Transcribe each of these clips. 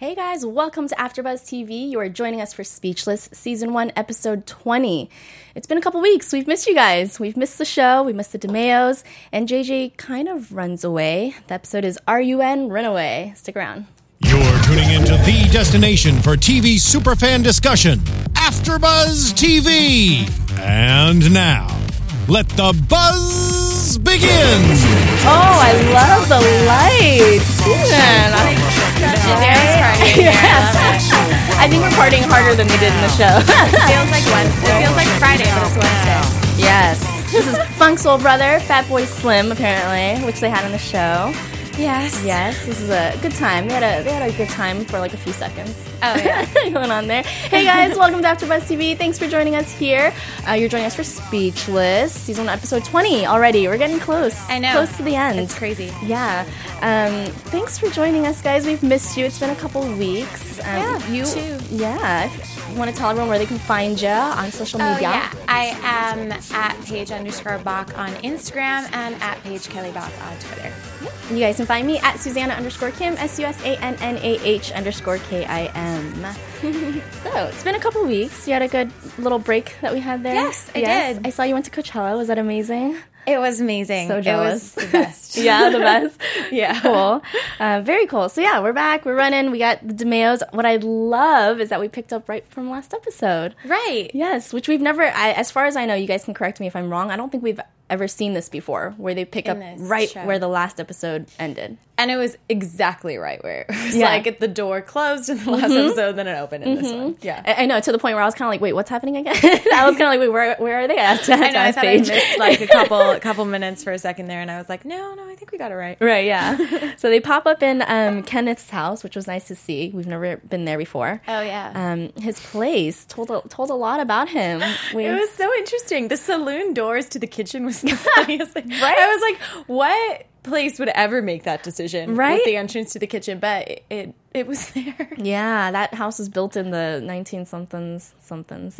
Hey guys, welcome to AfterBuzz TV. You are joining us for Speechless, Season 1, Episode 20. It's been a couple weeks. We've missed you guys. We've missed the show. We missed the DeMeos. And JJ kind of runs away. The episode is RUN Runaway. Stick around. You're tuning into the destination for TV superfan discussion, AfterBuzz TV. And now, let the buzz begin. Oh, I love the lights. Steven. I- Yes. I think we're partying harder than we did in the show. feels like Wednesday. It feels like Friday, but it's Wednesday. yes. This is Funk Soul Brother, Fat Boy Slim, apparently, which they had on the show. Yes. Yes, this is a good time. They had a they had a good time for like a few seconds. Oh, yeah. going on there. Hey guys, welcome to AfterBuzz TV. Thanks for joining us here. Uh, you're joining us for Speechless, season one, episode 20 already. We're getting close. I know. close to the end. Oh, It's crazy. Yeah. Um, thanks for joining us, guys. We've missed you. It's been a couple weeks. Um, Yeah, you too. Yeah. Want to tell everyone where they can find you on social Oh, media? yeah. I am at Paige underscore Bach on Instagram and at Paige Kelly Bach on Twitter. You guys can find me at Susanna underscore Kim, S U S A N N A H underscore K I M. so it's been a couple weeks. You had a good little break that we had there. Yes, I did. I saw you went to Coachella. Was that amazing? It was amazing. So jealous. It was the best. yeah, the best. yeah. Cool. Uh, very cool. So, yeah, we're back. We're running. We got the DeMeos. What I love is that we picked up right from last episode. Right. Yes, which we've never, I, as far as I know, you guys can correct me if I'm wrong. I don't think we've ever seen this before where they pick In up this right show. where the last episode ended. And it was exactly right where it was Yeah. Mm-hmm. like at the door closed in the last episode, then it opened in this one. Yeah. I, I know to the point where I was kind of like, wait, what's happening again? I was kind of like, wait, where, where are they at? I know. I thought I missed like a couple a couple minutes for a second there, and I was like, no, no, I think we got it right. Right, yeah. so they pop up in um, Kenneth's house, which was nice to see. We've never been there before. Oh, yeah. Um, his place told a, told a lot about him. We, It was so interesting. The saloon doors to the kitchen was the funniest thing. I was like, what place would ever make that decision? Right? With the entrance to the kitchen, but it it, it was there. yeah, that house was built in the 19 somethings somethings.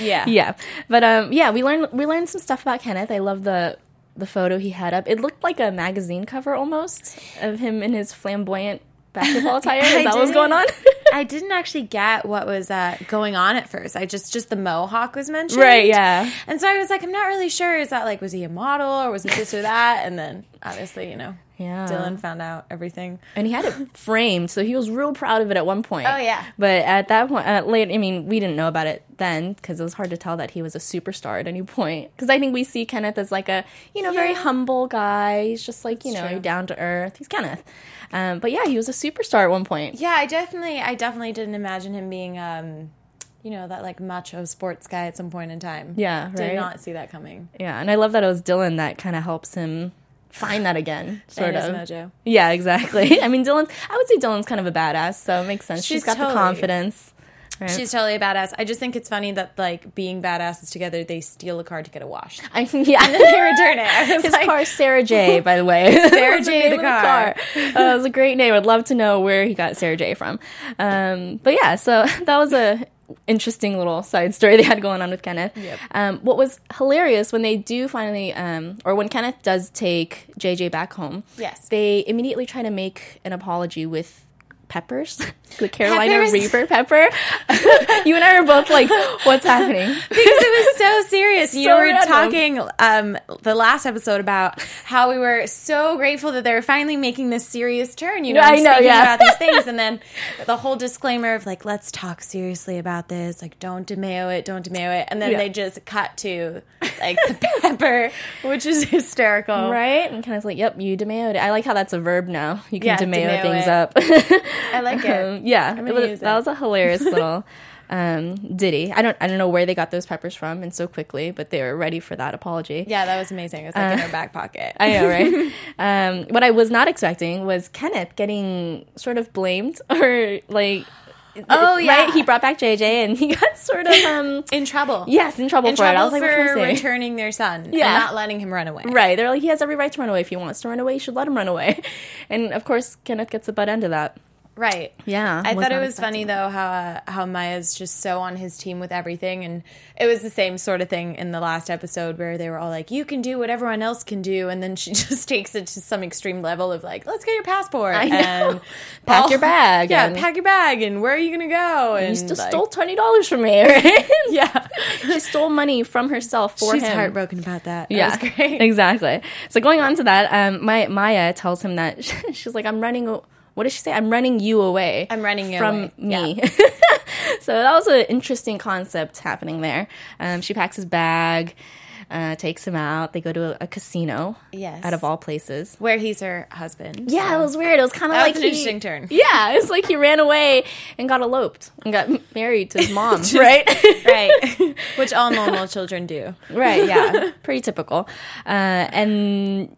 Yeah. yeah. But um, yeah, we learned we learned some stuff about Kenneth. I love the the photo he had up. It looked like a magazine cover almost of him in his flamboyant basketball attire. Is I that what's did. going on? I didn't actually get what was uh, going on at first. I just just the mohawk was mentioned. Right, yeah. And so I was like, I'm not really sure. Is that like was he a model or was it this or that? And then obviously, you know, Yeah. Dylan found out everything. and he had it framed, so he was real proud of it at one point. Oh, yeah. But at that point, uh, later, I mean, we didn't know about it then because it was hard to tell that he was a superstar at any point. Because I think we see Kenneth as like a you know very Yeah. humble guy. He's just like you know true. down to earth. He's Kenneth. Um, but yeah, he was a superstar at one point. Yeah, I definitely, I definitely didn't imagine him being, um, you know, that like macho sports guy at some point in time. Yeah, did right? not see that coming. Yeah, and I love that it was Dylan that kind of helps him find that again, sort And his of. mojo. Yeah, exactly. I mean, Dylan. I would say Dylan's kind of a badass, so it makes sense. She's She's got the totally- confidence. Right. She's totally a badass. I just think it's funny that like being badasses together, they steal a car to get a wash. I, yeah, they return it. I was His like- car's Sarah J, by the way. Sarah That's J name the of car. car. Uh, it's a great name. I'd love to know where he got Sarah J from. Um, but yeah, so that was a interesting little side story they had going on with Kenneth. Yep. Um, what was hilarious when they do finally, um, or when Kenneth does take JJ back home, Yes. they immediately try to make an apology with peppers, the Carolina Peppers. Reaper pepper. you and I are both like, what's happening? because it was so serious. You So were random. talking um, the last episode about how we were so grateful that they were finally making this serious turn. You know, I and know, speaking yeah. about these things, and then the whole disclaimer of like, let's talk seriously about this. Like, don't demeo it, don't demeo it, and then Yeah. they just cut to like the pepper, which is hysterical, Right? And kind of like, yep, you demoed it. I like how that's a verb now. You can Yeah, demeo, demeo things it. up. I like Um, it. yeah, I'm it gonna was- use that it. was a hilarious little um, ditty. I don't, I don't know where they got those peppers from and so quickly, but they were ready for that apology. Yeah, that was amazing. It was like in her back pocket. I know, right? um, what I was not expecting was Kenneth getting sort of blamed or like. Oh, yeah. right. He brought back JJ, and he got sort of um in trouble. yes in trouble in for it. I trouble was like, what for can I say? returning their son Yeah. and not letting him run away. Right. They're like, he has every right to run away. If he wants to run away, you should let him run away. And of course, Kenneth gets the butt end of that. Right. Yeah, I was thought it not was funny though how uh, how Maya's just so on his team with everything, and it was the same sort of thing in the last episode where they were all like, "You can do what everyone else can do," and then she just takes it to some extreme level of like, "Let's get your passport I know. and Pack your bag yeah, and- pack your bag, and where are you gonna go?" And You still like- stole twenty dollars from me, right? yeah, she stole money from herself for she's him. heartbroken about that. That Yeah, was great. exactly. So going on to that, um, my Maya tells him that she's like, "I'm running." a- What does she say? I'm running you away. I'm running you from me. away." so that was an interesting concept happening there. Um, she packs his bag, uh, takes him out. They go to a, a casino. Yes. out of all places. Where he's her husband. Yeah, it was weird. It was kind of That like was an he- interesting turn. Yeah, it's like he ran away and got eloped and got married to his mom, right? right. Which all normal children do. right yeah pretty typical uh, and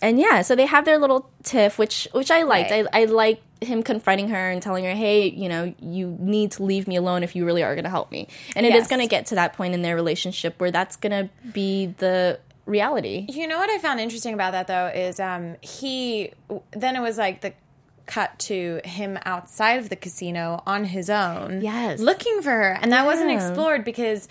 and yeah so they have their little tiff which which i liked Right. i, I like him confronting her and telling her hey you know you need to leave me alone if you really are going to help me and it is Yes. going to get to that point in their relationship where that's going to be the reality You know what I found interesting about that though is um, he then it was like the cut to him outside of the casino on his own, Yes. looking for her, and that wasn't Yeah. explored because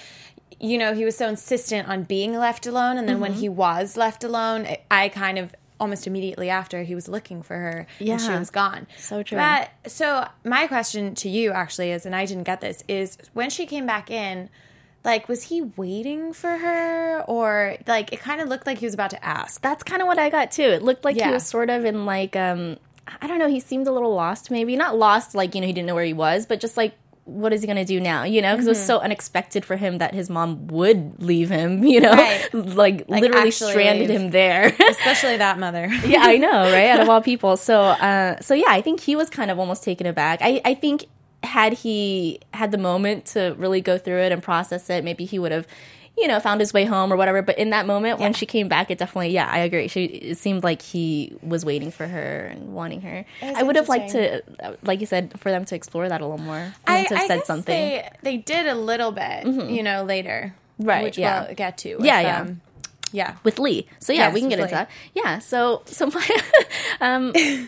you know he was so insistent on being left alone, and then Mm-hmm. when he was left alone, I- I kind of almost immediately after he was looking for her and she Yeah. was gone. So true. But so my question to you actually is, and I didn't get this, is when she came back in, like was he waiting for her or like it kind of looked like he was about to ask. that's kind of what i got too it looked like Yeah. he was sort of in like um i don't know he seemed a little lost maybe not lost like you know he didn't know where he was but just like what is he going to do now you know because Mm-hmm. it was so unexpected for him that his mom would leave him you know Right. like, literally actually stranded leave. him there Especially that mother. yeah, I know, right? Out of all people. So, uh, so yeah, I think he was kind of almost taken aback. I, I think had he had the moment to really go through it and process it, maybe he would have, you know, found his way home or whatever. But in that moment when she came back, it definitely, yeah, I agree. She it seemed like he was waiting for her and wanting her. was I would have liked to, like you said, for them to explore that a little more. I, wanted to have said guess something. Mm-hmm. They, they did a little bit, you know, later. Right, Which yeah. we'll get to. Yeah, if, yeah. um, yeah. with Lee. So yeah, Yes, we can get with into Lee. that. Yeah. So so my um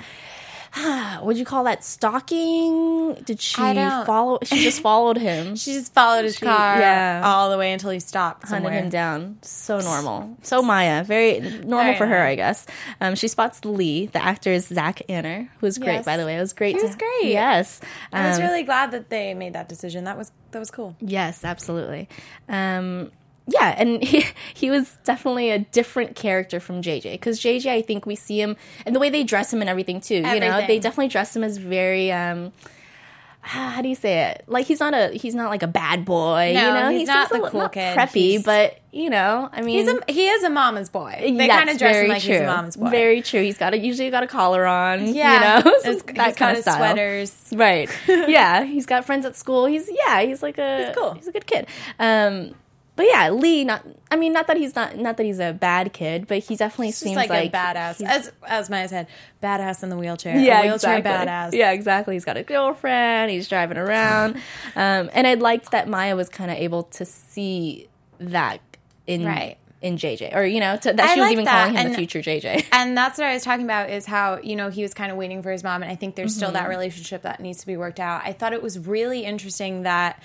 would you call that stalking? Did she I don't- follow she just followed him, She just followed his car yeah. all the way until he stopped hunted somewhere. him down. So normal. So Maya, very normal I for her, know. I guess. Um she spots Lee. The actor is Zach Anner, who was great Yes. by the way. It was great. He was great. Yes. I was Um, really glad that they made that decision. That was that was cool. Yes, absolutely. Um, yeah, and he, he was definitely a different character from JJ because JJ, I think we see him and the way they dress him and everything too. You know, Everything. they definitely dress him as very. Um, how do you say it? Like he's not a he's not like a bad boy. No, you know, he's He seems not the li- cool kid. preppy, He's- but you know, I mean, He's a, he is a mama's boy. They yes, kind of dress him very like he's a true. mama's boy. Very true. He's got a usually got a collar on. yeah, you know, It's- that he's got kind of his style. sweaters. Right. yeah. He's got friends at school. He's yeah, he's like a He's cool. He's a good kid. Um but yeah, Lee not I mean not that he's not not that he's a bad kid, but he definitely Just seems like, like, a badass, as as Maya said, badass in the wheelchair. Yeah, a wheelchair exactly. badass. Yeah, exactly. He's got a girlfriend. He's driving around, um, and I liked that Maya was kind of able to see that in Right. in JJ, or you know, to, that I she was like even that, calling him the and- future JJ. And that's what I was talking about is how, you know, he was kind of waiting for his mom. And I think there's still Mm-hmm. that relationship that needs to be worked out. I thought it was really interesting that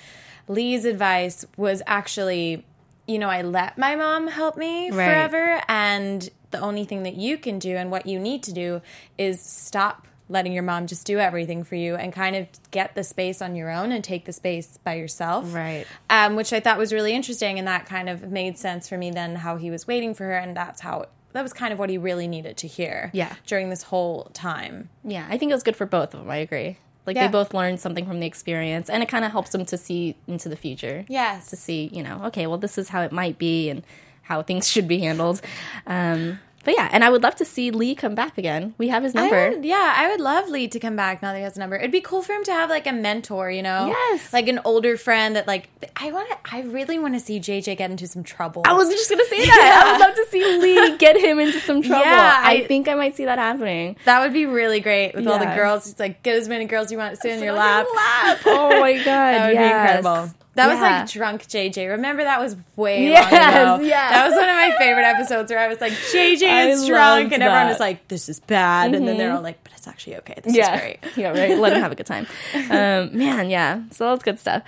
Lee's advice was actually, you know, I let my mom help me Right. forever. And the only thing that you can do and what you need to do is stop letting your mom just do everything for you and kind of get the space on your own and take the space by yourself Right. um, which I thought was really interesting, and that kind of made sense for me then how he was waiting for her, and that's how that was kind of what he really needed to hear. Yeah. during this whole time. Yeah, I think it was good for both of them. I agree. Like Yeah. they both learned something from the experience, and it kind of helps them to see into the future. Yes. to see you know, okay, well, this is how it might be and how things should be handled. Um, but yeah, and I would love to see Lee come back again. We have his I number. would- yeah, I would love Lee to come back now that he has a number. It'd be cool for him to have like a mentor, you know? Yes. Like an older friend that like I want to I really want to see JJ get into some trouble. I was just gonna say that. I would love to see Lee get him into some trouble. Yeah, I, I- think I might see that happening. that would be really great with all the Yeah. girls. It's like get as many girls you want to sit in your On lap. your lap. Oh my god, That would be yes. incredible. That was Yeah. like drunk JJ. Remember that was way Yes, long ago. yes. That was one of my favorite episodes where I was like, JJ I is drunk, loved and that. everyone Mm-hmm. was like, "This is bad," and then they're all like, "But it's actually okay. This yeah. is great." yeah, right. Let him have a good time. Um, man, yeah. So that's good stuff.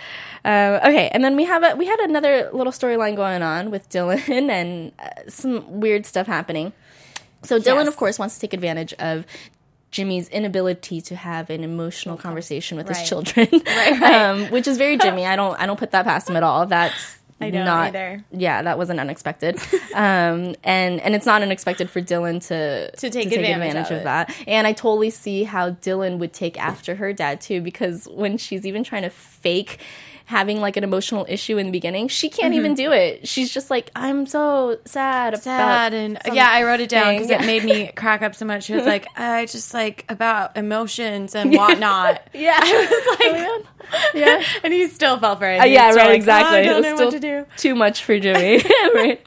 Um, okay, and then we have a we had another little storyline going on with Dylan and uh, some weird stuff happening. So Dylan, Yes. of course, wants to take advantage of Jimmy's inability to have an emotional conversation with Right. his children, right, Um, which is very Jimmy. I don't I don't put that past him at all. That's I don't not either. yeah that wasn't unexpected um and and it's not unexpected for dylan to To take advantage of it. that and i totally see how dylan would take after her dad too because when she's even trying to fake having like an emotional issue in the beginning she can't even Mm-hmm. do it she's just like i'm so sad sad about and yeah i wrote it down because yeah. it made me crack up so much it was like i just like about emotions and whatnot yeah i was like yeah and he still fell for it He yeah, was still right. like, exactly. "Oh, i don't it know was still what to do too much for Jimmy. right.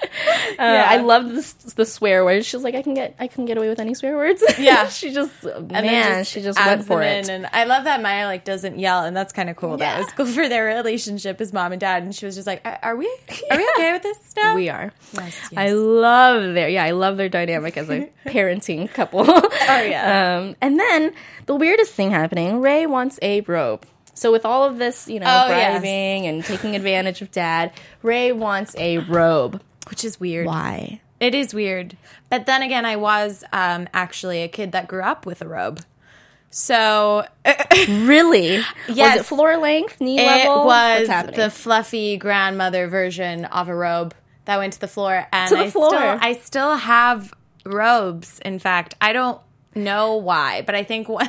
Uh, I love this, the swear words. She's like, I can get, I can get away with any swear words. Yeah. she just, man, And then she just adds went for them it. in, and I love that Maya like doesn't yell, and that's kind of cool. Yeah. That was cool for their relationship as mom and dad. And she was just like, "Are are we? Are we okay with this now?" we are. Yes, I yes. love their, yeah, I love their dynamic as a parenting couple. oh yeah. Um, and then the weirdest thing happening, Ray wants a robe. So with all of this, you know, Oh, yes. bribing and taking advantage of dad, Ray wants a robe. Which is weird. Why? It is weird. But then again, I was um, actually a kid that grew up with a robe. So Really? Yes. Was it floor length, knee It level? What's was happening? the fluffy grandmother version of a robe that went to the floor, and To the I floor. still I still have robes. In fact, I don't know why, but I think once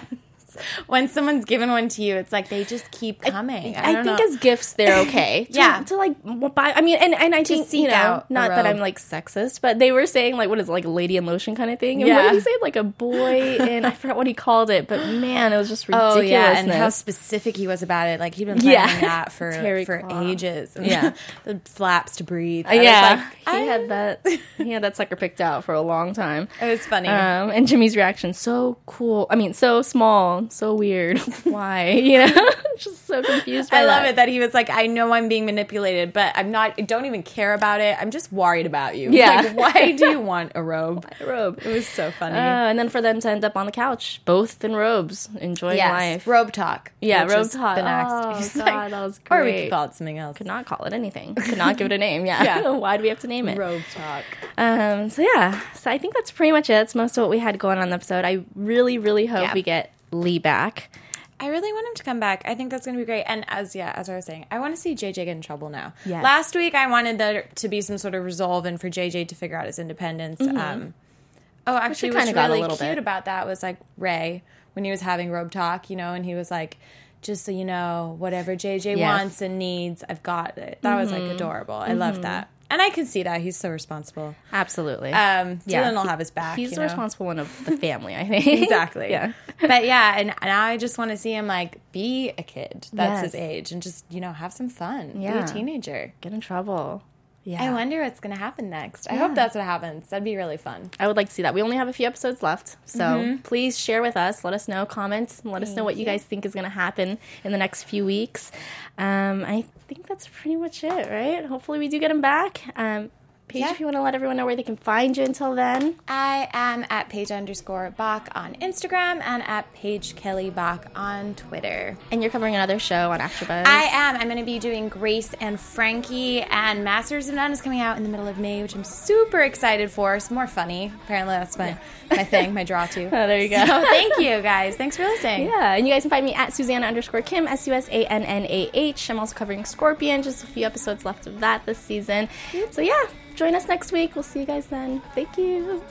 when someone's given one to you, it's like they just keep coming. I, I, don't think know. as gifts they're okay. To- Yeah. to like w- buy. I mean, and, and I think seek you know, out a not that I'm robe. like sexist, but they were saying like what is it, like lady in lotion kind of thing. And what Yeah. did he say? Like a boy and I forgot what he called it, but man, it was just ridiculous. Oh yeah, and how specific he was about it. Like he'd been planning Yeah. that for Terry for Cloth. ages. And Yeah. the flaps to breathe. I was yeah, like, he had that. He had that sucker picked out for a long time. It was funny. Um, and Jimmy's reaction so cool. I mean, so small, so weird. Why? You know, just so confused. By I love that. it that he was like, I know I'm being manipulated, but I'm not. I Don't even care about it. I'm just worried about you. Yeah. Like, why do you want a robe? Robe. It was so funny. Uh, and then for them to end up on the couch, both in robes, enjoying yes, life. robe talk. Yeah, which robe has talk. Been axed. Oh, He's God, that was Or we great. could call it something else. Could not call it anything. Could not give it a name. Yeah. Yeah. Why do we have to name it? Robe talk. Um, so yeah. So I think that's pretty much it. That's most of what we had going on in the episode. I really, really hope Yeah. we get Lee back. I really want him to come back. I think that's going to be great. And as yeah, as I was saying, I want to see JJ get in trouble now. Yes. Last week, I wanted there to be some sort of resolve and for JJ to figure out his independence. Um, oh, actually, Mm-hmm. kinda what's got a really little cute bit. about that was like Ray when he was having robe talk, you know, and he was like, "Just so you know, whatever JJ Yes. Mm-hmm. wants and needs, I've got it." That was like adorable. I love that, and I can see that he's so responsible. Absolutely. Um, Dylan will have his back. He's you the know? responsible one of the family, I think. exactly. yeah. But yeah, and now I just want to see him like be a kid. That's his Yes. age, and just you know have some fun. Yeah. Be a teenager. Get in trouble. Yeah. I wonder what's gonna happen next. I hope that's what happens. That'd be really fun. I would like to see that. We only have a few episodes left. So Mm-hmm. please share with us. Let us know, comment, and let us know what you guys think is going to happen in the next few weeks. Um, I think that's pretty much it, right? Hopefully, we do get them back. Um, Paige, Yeah. if you want to let everyone know where they can find you until then. I am at page underscore Bach on Instagram and at page Kelly Bach on Twitter. And you're covering another show on AfterBuzz. I am. I'm going to be doing Grace and Frankie, and Masters of None is coming out in the middle of May, which I'm super excited for. It's more funny. Apparently, that's my, my thing, my draw to. Oh, there you go. So thank you, guys. Thanks for listening. Yeah, and you guys can find me at Susanna underscore Kim, S U S A N N A H. I'm also covering Scorpion, just a few episodes left of that this season. So, yeah, join us next week. We'll see you guys then. Thank you.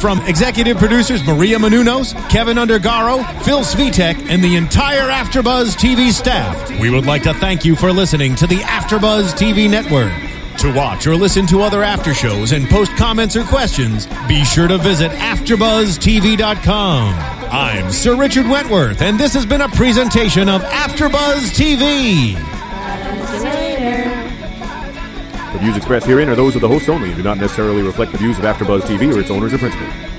From executive producers Maria Manunos, Kevin Undergaro, Phil Svitek, and the entire Afterbuzz TV staff, we would like to thank you for listening to the Afterbuzz TV network. To watch or listen to other after shows and post comments or questions, be sure to visit AfterbuzzTV.com. I'm Sir Richard Wentworth, and this has been a presentation of Afterbuzz TV. The views expressed herein are those of the hosts only and do not necessarily reflect the views of AfterBuzz TV or its owners or principals.